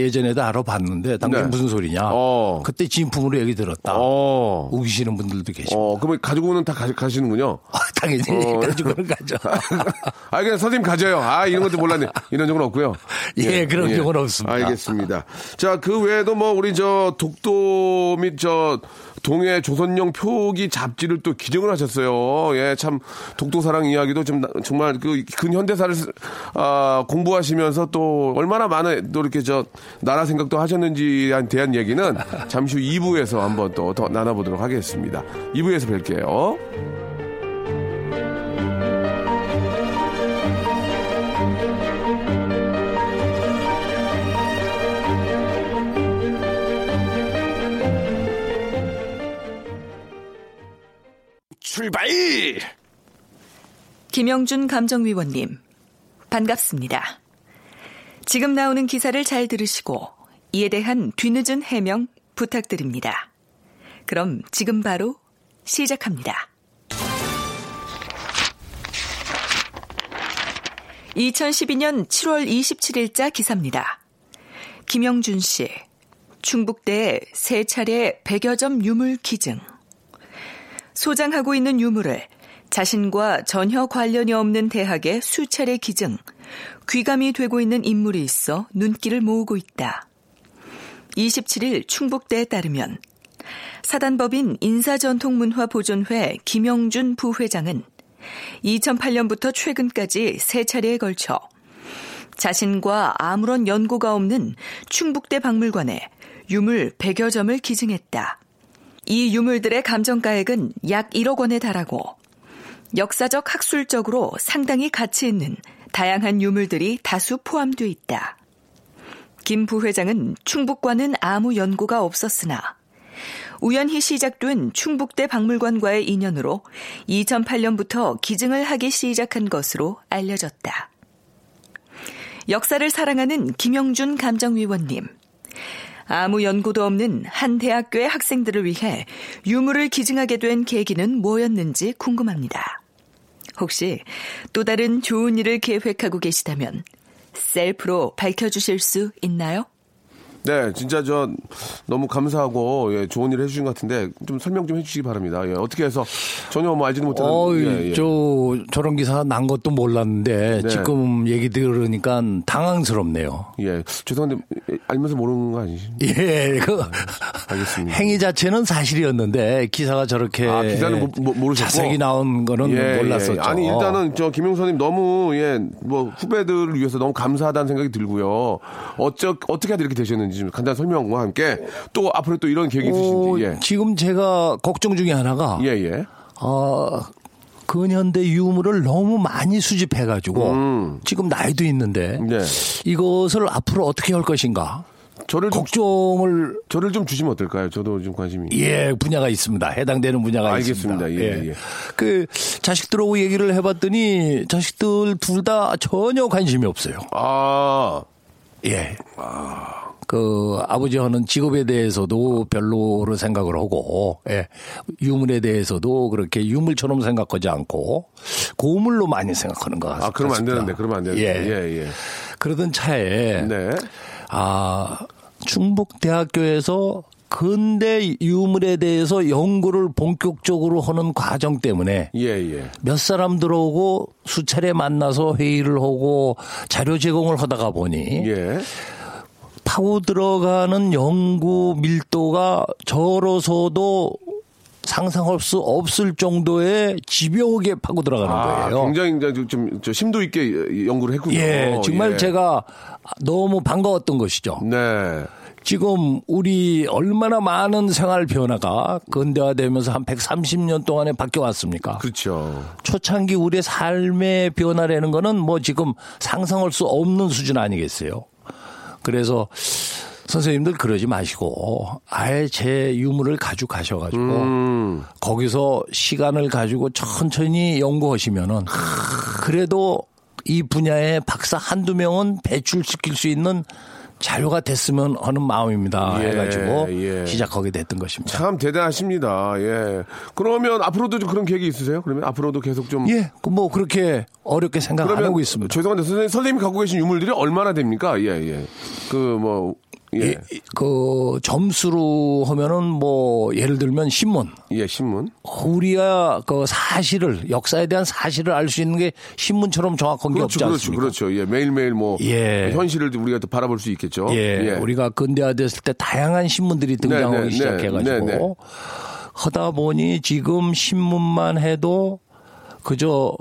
Speaker 7: 예전에도 알아봤는데 당신
Speaker 2: 네.
Speaker 7: 무슨 소리냐.
Speaker 2: 어.
Speaker 7: 그때 진품으로 얘기 들었다.
Speaker 2: 어.
Speaker 7: 우기시는 분들도 계시고.
Speaker 2: 어, 그러면 가지고 오는 다 가, 가시는군요.
Speaker 7: 당연히
Speaker 2: 어.
Speaker 7: 가지고는 가죠.
Speaker 2: 아, 그냥 선생님 가져요. 아, 이런 것도 몰랐네. 이런 적은 없고요.
Speaker 7: 예, 그런 경우는 없습니다.
Speaker 2: 알겠습니다. 자, 그 외에도 뭐 우리 저 독도 및 저 동해 조선용 표기 잡지를 또 기증을 하셨어요. 예, 참 독도 사랑 이야기도 좀 나- 정말 그 근현대사를 쓰- 아, 공부하시면서 또 얼마나 많은 또 이렇게 저 나라 생각도 하셨는지에 대한 얘기는 잠시 후 2부에서 한번 또 더 나눠보도록 하겠습니다. 2부에서 뵐게요.
Speaker 1: 출발!
Speaker 8: 김영준 감정위원님, 반갑습니다.
Speaker 9: 지금 나오는 기사를 잘 들으시고 이에 대한 뒤늦은 해명 부탁드립니다. 그럼 지금 바로 시작합니다. 2012년 7월 27일자 기사입니다. 김영준 씨, 충북대에 세 차례 100여 점 유물 기증. 소장하고 있는 유물을 자신과 전혀 관련이 없는 대학에 수차례 기증, 귀감이 되고 있는 인물이 있어 눈길을 모으고 있다. 27일 충북대에 따르면 사단법인 인사전통문화보존회 김영준 부회장은 2008년부터 최근까지 세 차례에 걸쳐 자신과 아무런 연고가 없는 충북대 박물관에 유물 100여 점을 기증했다. 이 유물들의 감정가액은 약 1억 원에 달하고 역사적 학술적으로 상당히 가치 있는 다양한 유물들이 다수 포함돼 있다. 김 부회장은 충북과는 아무 연고가 없었으나 우연히 시작된 충북대 박물관과의 인연으로 2008년부터 기증을 하기 시작한 것으로 알려졌다. 역사를 사랑하는 김영준 감정위원님. 아무 연고도 없는 한 대학교의 학생들을 위해 유물을 기증하게 된 계기는 뭐였는지 궁금합니다. 혹시 또 다른 좋은 일을 계획하고 계시다면 셀프로 밝혀주실 수 있나요?
Speaker 2: 네, 진짜 저 너무 감사하고 예, 좋은 일 해주신 것 같은데 좀 설명 좀 해주시기 바랍니다. 예, 어떻게 해서 전혀 뭐 알지도 못하는.
Speaker 7: 어이,
Speaker 2: 예, 예.
Speaker 7: 저 저런 기사 난 것도 몰랐는데
Speaker 2: 네.
Speaker 7: 지금 얘기 들으니까 당황스럽네요.
Speaker 2: 예, 죄송한데 알면서 모르는 거 아니시?
Speaker 7: 예, 그
Speaker 2: 알겠습니다.
Speaker 7: 행위 자체는 사실이었는데 기사가 저렇게
Speaker 2: 아, 기사는 모- 모- 모르셨고?
Speaker 7: 자세히 나온 거는
Speaker 2: 예,
Speaker 7: 몰랐었죠. 어.
Speaker 2: 예. 아니 일단은 저 김용선님 너무 예 뭐 후배들을 위해서 너무 감사하다는 생각이 들고요. 어쩌 어떻게 하다 이렇게 되셨는지 좀 간단한 설명과 함께 또 앞으로 또 이런 계획이
Speaker 7: 어,
Speaker 2: 있으신지 예.
Speaker 7: 지금 제가 걱정 중에 하나가
Speaker 2: 예, 예.
Speaker 7: 어, 근현대 유물을 너무 많이 수집해가지고
Speaker 2: 음.
Speaker 7: 지금 나이도 있는데
Speaker 2: 네.
Speaker 7: 이것을 앞으로 어떻게 할 것인가?
Speaker 2: 저를
Speaker 7: 걱정을
Speaker 2: 저를 좀 주시면 어떨까요? 저도 좀 관심이.
Speaker 7: 예 분야가 있습니다. 해당되는 분야가
Speaker 2: 알겠습니다.
Speaker 7: 있습니다.
Speaker 2: 예, 예.
Speaker 7: 그 자식들하고 얘기를 해봤더니 자식들 둘 다 전혀 관심이 없어요.
Speaker 2: 아
Speaker 7: 예. 그 아버지 하는 직업에 대해서도 별로로 생각을 하고 예. 유물에 대해서도 그렇게 유물처럼 생각하지 않고 고물로 많이 생각하는 것 같습니다. 예.
Speaker 2: 아, 그러면 안 되는데, 그러면 안 되는데. 예, 예.
Speaker 7: 그러던 차에
Speaker 2: 네.
Speaker 7: 아 충북대학교에서 근대 유물에 대해서 연구를 본격적으로 하는 과정 때문에
Speaker 2: 예, 예.
Speaker 7: 몇 사람 들어오고 수차례 만나서 회의를 하고 자료 제공을 하다가
Speaker 2: 예.
Speaker 7: 보니 파고 들어가는 연구 밀도가 저로서도 상상할 수 없을 정도의 집요하게 파고 들어가는
Speaker 2: 아,
Speaker 7: 거예요.
Speaker 2: 굉장히 이제 좀- 좀, 저 심도 있게 연구를 했군요.
Speaker 7: 네. 예, 정말
Speaker 2: 예.
Speaker 7: 제가 너무 반가웠던 것이죠.
Speaker 2: 네.
Speaker 7: 지금 우리 얼마나 많은 생활 변화가 근대화되면서 한 130년 동안에 바뀌어 왔습니까?
Speaker 2: 그렇죠.
Speaker 7: 초창기 우리의 삶의 변화라는 거는 뭐 지금 상상할 수 없는 수준 아니겠어요? 그래서 선생님들 그러지 마시고 아예 제 유물을 가져가셔가지고
Speaker 2: 음.
Speaker 7: 거기서 시간을 가지고 천천히 연구하시면은 그래도 이 분야의 박사 한두 명은 배출시킬 수 있는 자료가 됐으면 하는 마음입니다.
Speaker 2: 예,
Speaker 7: 해가지고
Speaker 2: 예.
Speaker 7: 시작하게 됐던 것입니다.
Speaker 2: 참 대단하십니다. 예. 그러면 앞으로도 좀 그런 계획이 있으세요? 그러면 앞으로도 계속 좀.
Speaker 7: 예, 그뭐 그렇게 어렵게 생각 안
Speaker 2: 그러면
Speaker 7: 하고 있습니다.
Speaker 2: 죄송한데 선생님, 선생님이 갖고 계신 유물들이 얼마나 됩니까? 예, 예. 그 뭐. 예.
Speaker 7: 그 점수로 하면은 뭐 예를 들면 신문.
Speaker 2: 예, 신문.
Speaker 7: 우리가 그 사실을 역사에 대한 사실을 알 수 있는 게 신문처럼 정확한 게 없지
Speaker 2: 그렇죠, 그렇죠,
Speaker 7: 않습니까?
Speaker 2: 그렇죠. 예, 매일매일 뭐.
Speaker 7: 예.
Speaker 2: 현실을 우리가 또 바라볼 수 있겠죠.
Speaker 7: 예, 우리가 근대화됐을 때 다양한 신문들이 등장하기
Speaker 2: 네, 네,
Speaker 7: 시작해가지고
Speaker 2: 네, 네.
Speaker 7: 하다 보니 지금 신문만 해도 그저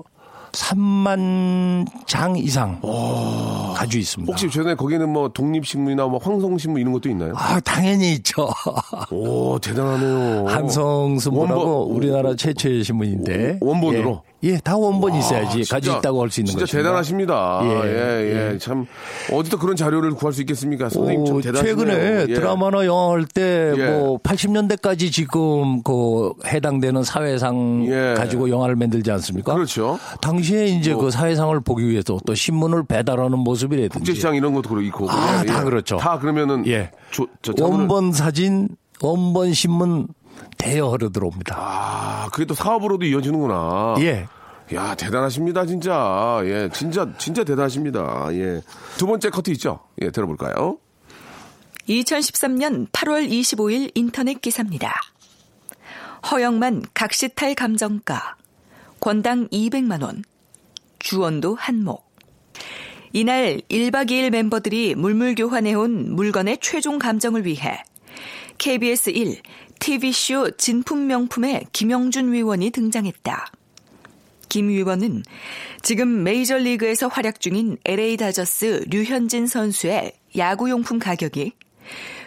Speaker 7: 3만 장 이상 가지고 있습니다.
Speaker 2: 혹시 최근에 거기는 뭐 독립신문이나 뭐 황성신문 이런 것도 있나요?
Speaker 7: 아, 당연히 있죠.
Speaker 2: 오, 대단하네요.
Speaker 7: 한성신문하고
Speaker 2: 원본-
Speaker 7: 우리나라 최초의 신문인데
Speaker 2: 원본으로?
Speaker 7: 예. 예, 다 원본이
Speaker 2: 와,
Speaker 7: 있어야지
Speaker 2: 아, 진짜,
Speaker 7: 가지고 있다고 할 수 있는
Speaker 2: 진짜
Speaker 7: 거죠.
Speaker 2: 대단하십니다. 예, 예, 참 어디서 그런 자료를 구할 수 있겠습니까? 선생님 참
Speaker 7: 오,
Speaker 2: 대단하시네요.
Speaker 7: 최근에
Speaker 2: 예.
Speaker 7: 드라마나 영화 할 때
Speaker 2: 예.
Speaker 7: 뭐 80년대까지 지금 그 해당되는 사회상 가지고 영화를 만들지 않습니까?
Speaker 2: 예. 그렇죠. 뭐
Speaker 7: 당시에 이제 그 사회상을 보기 위해서 또 신문을 배달하는 모습이라든지
Speaker 2: 국제시장 이런 것도 그렇고
Speaker 7: 아,
Speaker 2: 예,
Speaker 7: 다
Speaker 2: 예.
Speaker 7: 그렇죠.
Speaker 2: 다 그러면은
Speaker 7: 예.
Speaker 2: 저, 저 자본을-
Speaker 7: 원본 사진, 원본 신문 대여하러 들어옵니다.
Speaker 2: 아, 그게 또 사업으로도 이어지는구나.
Speaker 7: 예.
Speaker 2: 야, 대단하십니다, 진짜. 예, 진짜, 진짜 대단하십니다. 예. 두 번째 커트 있죠? 예, 들어볼까요?
Speaker 9: 2013년 8월 25일 인터넷 기사입니다. 허영만 각시탈 감정가 권당 200만 원 주원도 한몫 이날 1박 2일 멤버들이 물물 교환해온 물건의 최종 감정을 위해 KBS 1 TV쇼 진품 명품에 김영준 위원이 등장했다. 김 위원은 지금 메이저리그에서 활약 중인 LA 다저스 류현진 선수의 야구용품 가격이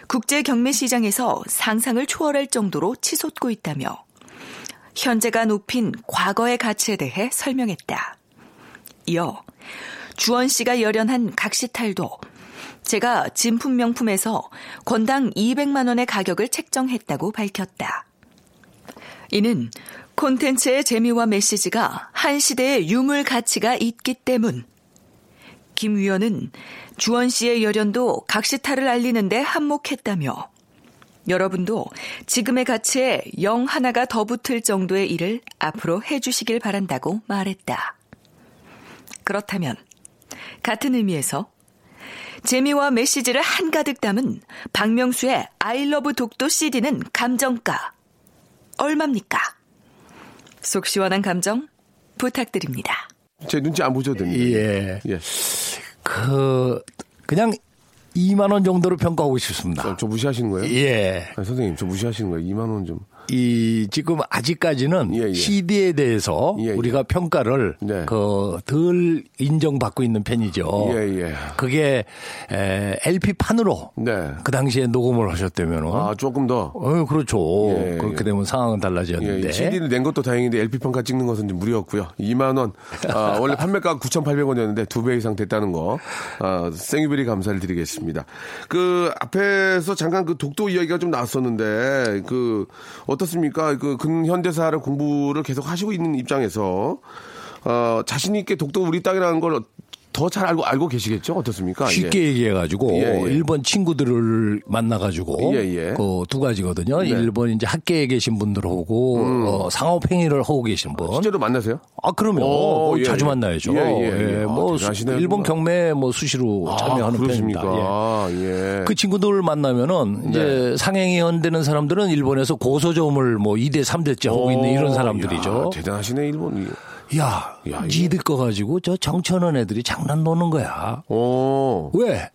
Speaker 9: 국제 경매 시장에서 상상을 초월할 정도로 치솟고 있다며 현재가 높인 과거의 가치에 대해 설명했다. 이어 주원 씨가 열연한 각시탈도 제가 진품 명품에서 권당 200만 원의 가격을 책정했다고 밝혔다. 이는 콘텐츠의 재미와 메시지가 한 시대의 유물 가치가 있기 때문. 김 위원은 주원 씨의 열연도 각시탈을 알리는데 한몫했다며 여러분도 지금의 가치에 영 하나가 더 붙을 정도의 일을 앞으로 해주시길 바란다고 말했다. 그렇다면 같은 의미에서 재미와 메시지를 한가득 담은 박명수의 아이러브 독도 CD는 감정가 얼마입니까? 속 시원한 감정 부탁드립니다.
Speaker 2: 제 눈치 안 보셔도 됩니다.
Speaker 7: 예.
Speaker 2: 예.
Speaker 7: 그 그냥 2만 원 정도로 평가하고 싶습니다.
Speaker 2: 저, 저 무시하시는 거예요?
Speaker 7: 예.
Speaker 2: 아니, 선생님, 저 무시하시는 거예요? 2만원 좀.
Speaker 7: 이 지금 아직까지는
Speaker 2: 예, 예.
Speaker 7: CD에 대해서
Speaker 2: 예, 예.
Speaker 7: 우리가 평가를
Speaker 2: 네.
Speaker 7: 그덜 인정받고 있는 편이죠.
Speaker 2: 예, 예.
Speaker 7: 그게 에, LP 판으로
Speaker 2: 네.
Speaker 7: 그 당시에 녹음을 하셨다면
Speaker 2: 아, 조금 더.
Speaker 7: 어, 그렇죠.
Speaker 2: 예,
Speaker 7: 그렇게 되면 상황은 달라졌는데.
Speaker 2: 예, CD를 낸 것도 다행인데 LP판까지 찍는 것은 좀 무리였고요. 2만원. 아, 원래 판매가가 9,800원이었는데 두 배 이상 됐다는 거. 아, 생유베리 감사를 드리겠습니다. 그 앞에서 잠깐 그 독도 이야기가 좀 나왔었는데 그 어떻습니까? 그 근현대사를 공부를 계속 하시고 있는 입장에서 어, 자신 있게 독도 우리 땅이라는 걸 더 잘 알고 알고 계시겠죠? 어떻습니까? 예.
Speaker 7: 쉽게 얘기해가지고
Speaker 2: 예, 예.
Speaker 7: 일본 친구들을 만나가지고
Speaker 2: 예, 예.
Speaker 7: 그 두 가지거든요.
Speaker 2: 네. 음.
Speaker 7: 일본 이제 학계에 계신 분들하고 어, 상업행위를 하고 계신 분.
Speaker 2: 실제로 만나세요?
Speaker 7: 아 그럼요.
Speaker 2: 오,
Speaker 7: 어,
Speaker 2: 예,
Speaker 7: 자주
Speaker 2: 예.
Speaker 7: 만나야죠.
Speaker 2: 예, 예, 예.
Speaker 7: 예,
Speaker 2: 아,
Speaker 7: 뭐
Speaker 2: 대단하시네요,
Speaker 7: 일본
Speaker 2: 정말.
Speaker 7: 경매 뭐 수시로 참여하는
Speaker 2: 그렇습니까? 네.
Speaker 7: 편입니다. 예.
Speaker 2: 아, 예.
Speaker 7: 그 친구들 만나면은 이제 상행위 연되는 사람들은 일본에서 고소점을 뭐 2대 3대째 하고 있는 이런
Speaker 2: 오,
Speaker 7: 사람들이죠.
Speaker 2: 야, 대단하시네 예. 일본이.
Speaker 7: 야, 니들 거 가지고 저 정천원 애들이 장난 노는 거야.
Speaker 2: 오.
Speaker 7: 왜?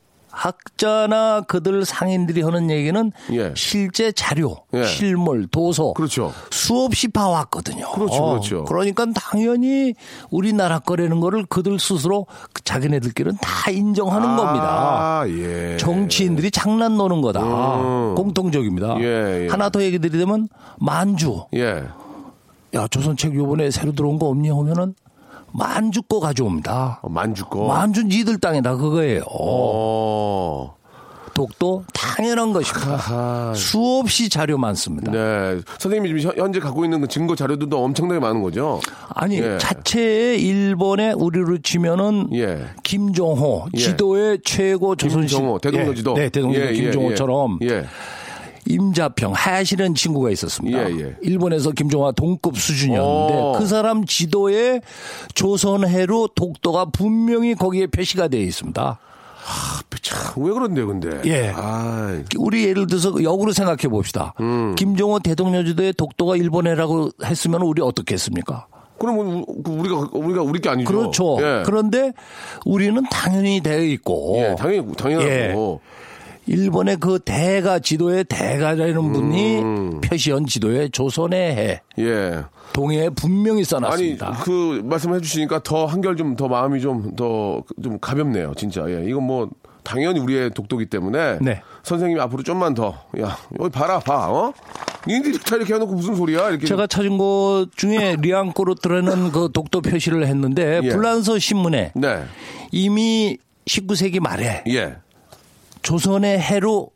Speaker 7: 학자나 그들 상인들이 하는 얘기는
Speaker 2: 예.
Speaker 7: 실제 자료,
Speaker 2: 예.
Speaker 7: 실물, 도서
Speaker 2: 그렇죠.
Speaker 7: 수없이 봐왔거든요.
Speaker 2: 그렇죠, 그렇죠.
Speaker 7: 그러니까 당연히 우리나라 거라는 거를 그들 스스로 그 자기네들끼리는 다 인정하는 겁니다.
Speaker 2: 아, 예.
Speaker 7: 정치인들이 장난 노는 거다.
Speaker 2: 음.
Speaker 7: 공통적입니다.
Speaker 2: 예, 예.
Speaker 7: 하나 더 얘기 드리자면 만주.
Speaker 2: 예.
Speaker 7: 야 조선책 요번에 새로 들어온 거 없니 하면은 만주 거 가져옵니다.
Speaker 2: 어, 만주 거.
Speaker 7: 만주 니들 땅이다 그거예요.
Speaker 2: 어.
Speaker 7: 독도 당연한 것입니다. 수없이 자료 많습니다.
Speaker 2: 아, 네. 선생님이 지금 현- 현재 갖고 있는 그 증거 자료들도 엄청나게 많은 거죠?
Speaker 7: 아니
Speaker 2: 예.
Speaker 7: 자체에 일본에 우리로 치면은
Speaker 2: 예.
Speaker 7: 김종호
Speaker 2: 예.
Speaker 7: 지도의 최고 조선시
Speaker 2: 김종호, 대동여
Speaker 7: 예,
Speaker 2: 지도.
Speaker 7: 네 대동여
Speaker 2: 예, 예,
Speaker 7: 김종호처럼
Speaker 2: 예. 예.
Speaker 7: 임자평 하야시라는 친구가 있었습니다.
Speaker 2: 예, 예.
Speaker 7: 일본에서 김종화 동급 수준이었는데
Speaker 2: 오.
Speaker 7: 그 사람 지도에 조선해로 독도가 분명히 거기에 표시가 되어 있습니다.
Speaker 2: 참, 아, 왜 그런데요, 근데?
Speaker 7: 예.
Speaker 2: 아이.
Speaker 7: 우리 예를 들어서 역으로 생각해 봅시다.
Speaker 2: 음.
Speaker 7: 김종호 대동여지도에 독도가 일본해라고 했으면 우리 어떻게 했습니까?
Speaker 2: 그럼 우- 그 우리가, 우리가 우리 게 아니죠.
Speaker 7: 그렇죠.
Speaker 2: 예.
Speaker 7: 그런데 우리는 당연히 되어 있고
Speaker 2: 예, 당연히, 당연하고.
Speaker 7: 일본의 그 대가 지도에 대가라는 분이
Speaker 2: 음.
Speaker 7: 표시한 지도에 조선의 해
Speaker 2: 예.
Speaker 7: 동해에 분명히
Speaker 2: 아니
Speaker 7: 써놨습니다.
Speaker 2: 그 말씀해 주시니까 더 한결 좀 더 마음이 좀 더 좀 가볍네요 진짜 예 이건 뭐 당연히 우리의 독도기 때문에
Speaker 7: 네.
Speaker 2: 선생님이 앞으로 좀만 더 야 여기 봐라 봐 어? 니들이 다 이렇게 해놓고 무슨 소리야 이렇게
Speaker 7: 제가 찾은 것 중에 리앙코로 들어는 그 독도 표시를 했는데
Speaker 2: 예.
Speaker 7: 불란서 신문에
Speaker 2: 네.
Speaker 7: 이미 19세기 말에
Speaker 2: 예.
Speaker 7: 조선의 해로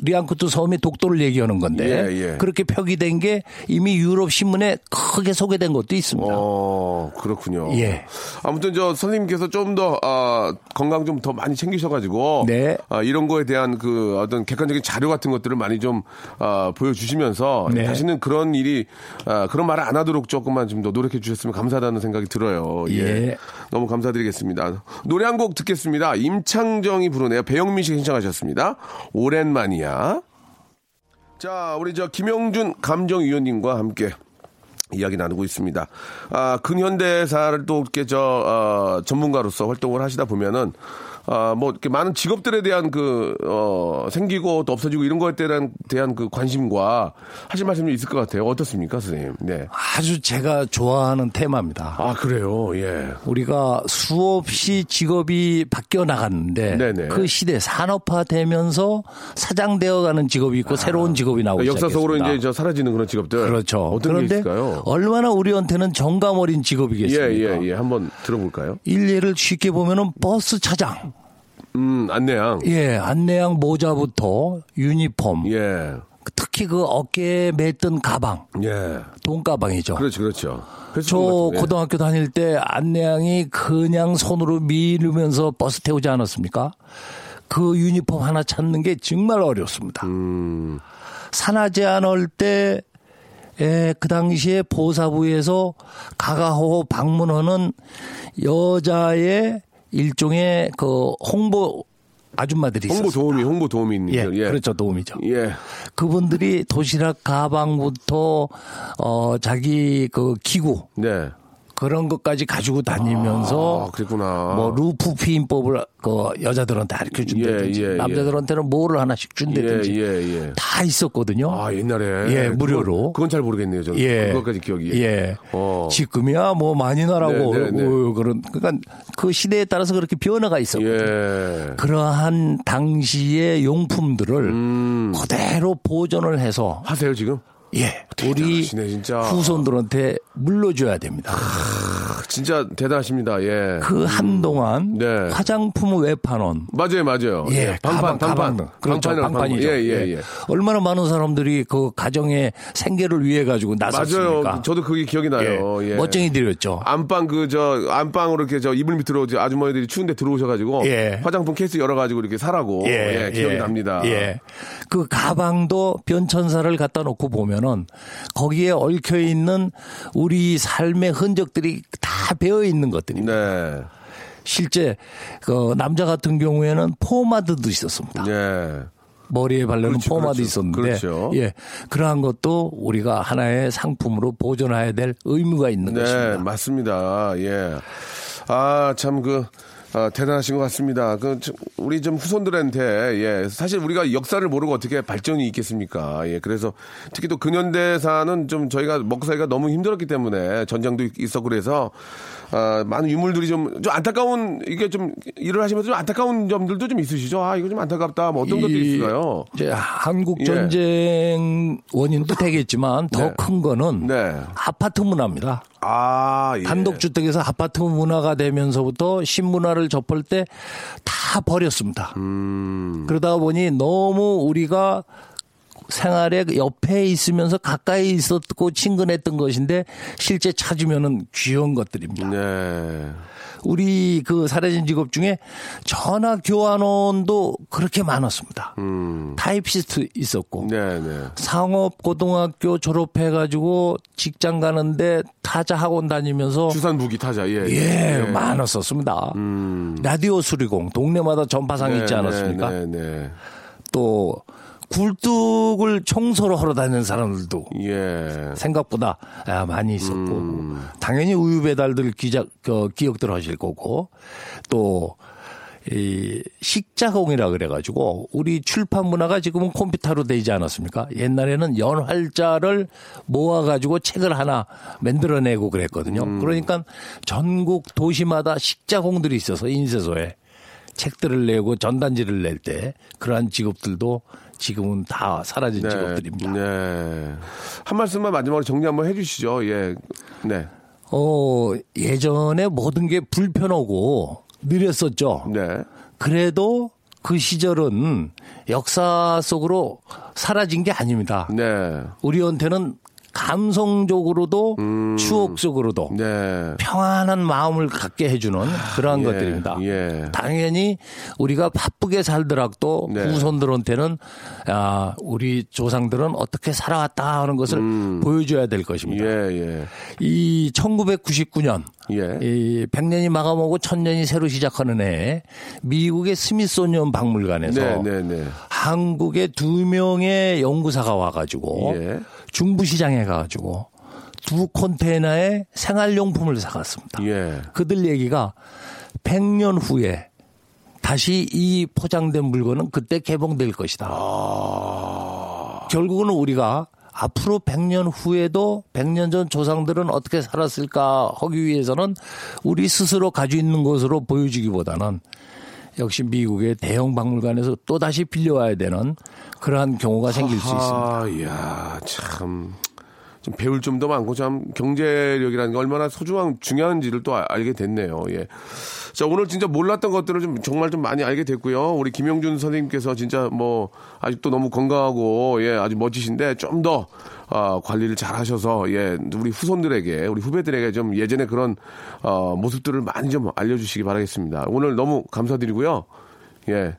Speaker 7: 리앙코트 섬이 독도를 얘기하는 건데
Speaker 2: 예, 예.
Speaker 7: 그렇게 표기된 게 이미 유럽 신문에 크게 소개된 것도 있습니다.
Speaker 2: 어 그렇군요.
Speaker 7: 예.
Speaker 2: 아무튼 저 선생님께서 좀 더 아, 건강 좀 더 많이 챙기셔가지고
Speaker 7: 네.
Speaker 2: 아, 이런 거에 대한 그 어떤 객관적인 자료 같은 것들을 많이 좀 아, 보여주시면서
Speaker 7: 네.
Speaker 2: 다시는 그런 일이 아, 그런 말을 안 하도록 조금만 좀 더 노력해 주셨으면 감사하다는 생각이 들어요. 예.
Speaker 7: 예.
Speaker 2: 너무 감사드리겠습니다. 노래 한 곡 듣겠습니다. 임창정이 부르네요. 배영민 씨 신청하셨습니다. 오랜만이야. 자, 우리 저 김영준 감정위원님과 함께 이야기 나누고 있습니다. 아, 근현대사를 또 이렇게 저 어, 전문가로서 활동을 하시다 보면은 아, 뭐 이렇게 많은 직업들에 대한 그 어, 생기고 또 없어지고 이런 거에 대한 대한 그 관심과 하실 말씀이 있을 것 같아요. 어떻습니까, 선생님? 네.
Speaker 7: 아주 제가 좋아하는 테마입니다.
Speaker 2: 아 그래요, 예.
Speaker 7: 우리가 수없이 직업이 바뀌어 나갔는데
Speaker 2: 네네.
Speaker 7: 그 시대 산업화되면서 사장되어가는 직업이 있고 새로운 직업이 나오고
Speaker 2: 아, 어, 역사적으로
Speaker 7: 시작했습니다.
Speaker 2: 이제 저 사라지는 그런 직업들.
Speaker 7: 그렇죠.
Speaker 2: 어떤 게
Speaker 7: 그런데
Speaker 2: 있을까요?
Speaker 7: 얼마나 우리한테는 정감 어린 직업이겠습니까?
Speaker 2: 예, 예, 예. 한번 들어볼까요?
Speaker 7: 일례를 쉽게 보면은 버스 차장,
Speaker 2: 음, 안내양.
Speaker 7: 예, 안내양 모자부터 유니폼,
Speaker 2: 예.
Speaker 7: 특히 그 어깨에 맸던 가방,
Speaker 2: 예.
Speaker 7: 돈 가방이죠.
Speaker 2: 그렇죠, 그렇죠.
Speaker 7: 저 고등학교 다닐 때 안내양이 그냥 손으로 밀으면서 버스 태우지 않았습니까? 그 유니폼 하나 찾는 게 정말 어렵습니다.
Speaker 2: 음.
Speaker 7: 산하제 안올 때, 에, 그 당시에 보사부에서 가가호호 방문하는 여자의 일종의 그 홍보 아줌마들이
Speaker 2: 홍보
Speaker 7: 있었어요.
Speaker 2: 도우미, 홍보 도우미님.
Speaker 7: 예, 그렇죠. 도움이죠.
Speaker 2: 예.
Speaker 7: 그분들이 도시락 가방부터 어 자기 그 기구
Speaker 2: 네.
Speaker 7: 그런 것까지 가지고 다니면서
Speaker 2: 아, 그랬구나.
Speaker 7: 뭐 루프 피임법을 그 여자들한테 가르쳐 준다든지
Speaker 2: 예, 예, 예.
Speaker 7: 남자들한테는 뭐를 하나씩 준다든지
Speaker 2: 예, 예, 예.
Speaker 7: 다 있었거든요.
Speaker 2: 아, 옛날에.
Speaker 7: 예, 무료로.
Speaker 2: 그건, 그건 잘 모르겠네요, 저는.
Speaker 7: 예.
Speaker 2: 그것까지 기억이.
Speaker 7: 예.
Speaker 2: 어.
Speaker 7: 지금이야 뭐 많이 나라고
Speaker 2: 네, 네, 네.
Speaker 7: 어, 그런 그러니까 그 시대에 따라서 그렇게 변화가 있었고 요
Speaker 2: 예.
Speaker 7: 그러한 당시의 용품들을
Speaker 2: 음.
Speaker 7: 그대로 보존을 해서
Speaker 2: 하세요, 지금?
Speaker 7: 예 우리
Speaker 2: 대단하시네, 진짜.
Speaker 7: 후손들한테 물려줘야 됩니다.
Speaker 2: 크, 진짜 대단하십니다, 예.
Speaker 7: 그 한동안
Speaker 2: 네.
Speaker 7: 화장품 외판원
Speaker 2: 맞아요, 맞아요.
Speaker 7: 예,
Speaker 2: 방판,
Speaker 7: 가방, 가방
Speaker 2: 방판.
Speaker 7: 등. 그렇죠,
Speaker 2: 방판이라고
Speaker 7: 방판이죠.
Speaker 2: 방판. 예, 예, 예.
Speaker 7: 얼마나 많은 사람들이 그 가정의 생계를 위해 가지고 나섰습니까?
Speaker 2: 맞아요. 저도 그게 기억이 나요. 예.
Speaker 7: 멋쟁이들이었죠.
Speaker 2: 안방 그 저 안방으로 이렇게 저 이불 밑으로 저 아주머니들이 추운데 들어오셔가지고
Speaker 7: 예.
Speaker 2: 화장품 케이스 열어가지고 이렇게 사라고 예, 기억이 납니다.
Speaker 7: 예. 그 가방도 변천사를 갖다 놓고 보면은 거기에 얽혀 있는 우리 삶의 흔적들이 다 배어 있는 것들입니다.
Speaker 2: 네.
Speaker 7: 실제 그 남자 같은 경우에는 포마드도 있었습니다.
Speaker 2: 예.
Speaker 7: 머리에 바르는
Speaker 2: 그렇죠,
Speaker 7: 포마도
Speaker 2: 그렇죠.
Speaker 7: 있었는데
Speaker 2: 그렇죠.
Speaker 7: 예 그러한 것도 우리가 하나의 상품으로 보존해야 될 의무가 있는
Speaker 2: 네,
Speaker 7: 것입니다.
Speaker 2: 맞습니다. 예. 아, 참 그, 아, 대단하신 것 같습니다. 그, 참, 우리 좀 후손들한테, 예. 사실 우리가 역사를 모르고 어떻게 발전이 있겠습니까? 예. 그래서 특히 또 근현대사는 좀 저희가 먹고 살기가 너무 힘들었기 때문에 전쟁도 있었고 그래서, 아, 많은 유물들이 좀, 좀 안타까운, 이게 좀, 일을 하시면서 좀 안타까운 점들도 좀 있으시죠? 아, 이거 좀 안타깝다. 뭐 어떤 것들이 있을까요? 예.
Speaker 7: 이제 한국 전쟁 원인도 되겠지만 더
Speaker 2: 네.
Speaker 7: 큰 거는
Speaker 2: 네.
Speaker 7: 아파트 문화입니다.
Speaker 2: 아, 예.
Speaker 7: 단독주택에서 아파트 문화가 되면서부터 신문화를 접할 때 다 버렸습니다.
Speaker 2: 음.
Speaker 7: 그러다 보니 너무 우리가 생활에 옆에 있으면서 가까이 있었고 친근했던 것인데 실제 찾으면은 귀여운 것들입니다.
Speaker 2: 네.
Speaker 7: 우리 그 사라진 직업 중에 전화 교환원도 그렇게 많았습니다. 타이피스트 있었고
Speaker 2: 음. 네, 네.
Speaker 7: 상업 고등학교 졸업해 가지고 직장 가는데 타자 학원 다니면서
Speaker 2: 주산부기 타자, 예.
Speaker 7: 예, 많았었습니다. 라디오 수리공 동네마다 전파상 있지 않았습니까?
Speaker 2: 네, 네.
Speaker 7: 또 굴뚝을 청소로 하러 다니는 사람들도
Speaker 2: 예.
Speaker 7: 생각보다 아, 많이 있었고
Speaker 2: 음.
Speaker 7: 당연히 우유 배달들 기자 그, 기억들 하실 거고 또 이 식자공이라 그래가지고 우리 출판 문화가 지금은 컴퓨터로 되지 않았습니까? 옛날에는 연활자를 모아가지고 책을 하나 만들어내고
Speaker 2: 음.
Speaker 7: 그랬거든요. 그러니까 전국 도시마다 식자공들이 있어서 인쇄소에 책들을 내고 전단지를 낼 때 그러한 직업들도 지금은 다 사라진
Speaker 2: 네,
Speaker 7: 직업들입니다.
Speaker 2: 네. 한 말씀만 마지막으로 정리 한번 해주시죠. 예. 네.
Speaker 7: 어, 예전에 모든 게 불편하고 느렸었죠.
Speaker 2: 네.
Speaker 7: 그래도 그 시절은 역사 속으로 사라진 게 아닙니다.
Speaker 2: 네.
Speaker 7: 우리한테는 감성적으로도
Speaker 2: 음.
Speaker 7: 추억
Speaker 2: 네.
Speaker 7: 속으로도 평안한 마음을 갖게 해주는 그러한
Speaker 2: 예,
Speaker 7: 네. 것들입니다.
Speaker 2: 예.
Speaker 7: 당연히 우리가 바쁘게 살더라도
Speaker 2: 네.
Speaker 7: 후손들한테는 아, 우리 조상들은 어떻게 살아왔다 하는 것을
Speaker 2: 음.
Speaker 7: 보여줘야 될
Speaker 2: 예,
Speaker 7: 것입니다. 이 1999년
Speaker 2: 예.
Speaker 7: 이 100년이 마감하고 1000년이 새로 시작하는 해에 미국의 스미소니언 박물관에서
Speaker 2: 네, 네, 네.
Speaker 7: 한국의 두 명의 연구사가 와가지고
Speaker 2: 예.
Speaker 7: 중부시장에 가가지고 두 컨테이너에 생활용품을
Speaker 2: 예.
Speaker 7: 사갔습니다. 그들 얘기가 100년 후에 다시 이 포장된 물건은 그때 개봉될 것이다.
Speaker 2: 아.
Speaker 7: 결국은 우리가 앞으로 100년 후에도 100년 전 조상들은 어떻게 살았을까 하기 위해서는 우리 스스로 가지고 있는 것으로 보여주기보다는 역시 미국의 대형 박물관에서 또다시 빌려와야 되는 그러한 경우가 생길 수 있습니다.
Speaker 2: 아, 이야, 참. 좀 배울 점도 많고 참 경제력이라는 게 얼마나 소중한 중요한지를 또 아- 알게 됐네요. 예. 자 오늘 진짜 몰랐던 것들을 좀 정말 좀 많이 알게 됐고요. 우리 김영준 선생님께서 진짜 뭐 아직도 너무 건강하고 예 아주 멋지신데 좀 더 아, 관리를 잘하셔서 예 우리 후손들에게 우리 후배들에게 좀 예전에 그런 어, 모습들을 많이 좀 알려주시기 바라겠습니다. 오늘 너무 감사드리고요. 예.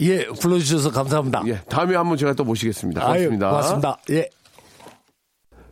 Speaker 7: 예, 불러주셔서 감사합니다.
Speaker 2: 예, 다음에 한번 제가 또 모시겠습니다. 고맙습니다.
Speaker 7: 아유, 고맙습니다. 예.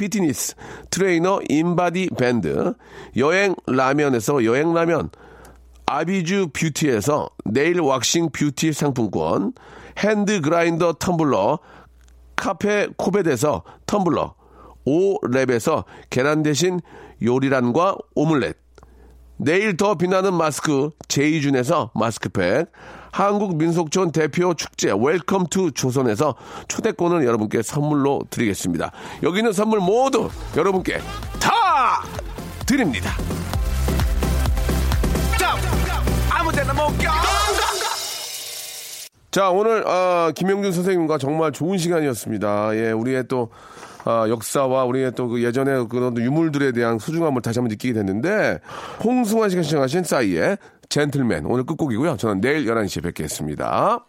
Speaker 2: 피트니스 트레이너 인바디 밴드 여행 라면에서 여행 라면 아비주 뷰티에서 네일 왁싱 뷰티 상품권 핸드 그라인더 텀블러 카페 코베에서 텀블러 오랩에서 계란 대신 요리란과 오믈렛 내일 더 빛나는 마스크 제이준에서 마스크팩 한국 민속촌 대표 축제 웰컴 투 조선에서 초대권을 여러분께 선물로 드리겠습니다. 여기 있는 선물 모두 여러분께 다 드립니다.
Speaker 1: 아무데나 못 껴.
Speaker 2: 자, 오늘 아, 김영준 선생님과 정말 좋은 시간이었습니다. 예, 우리의 또 아, 역사와 우리의 또그 예전의 그런 유물들에 대한 소중함을 다시 한번 느끼게 됐는데 홍승환 씨가 시청하신 싸이의 젠틀맨 오늘 끝곡이고요. 저는 내일 11시에 뵙겠습니다.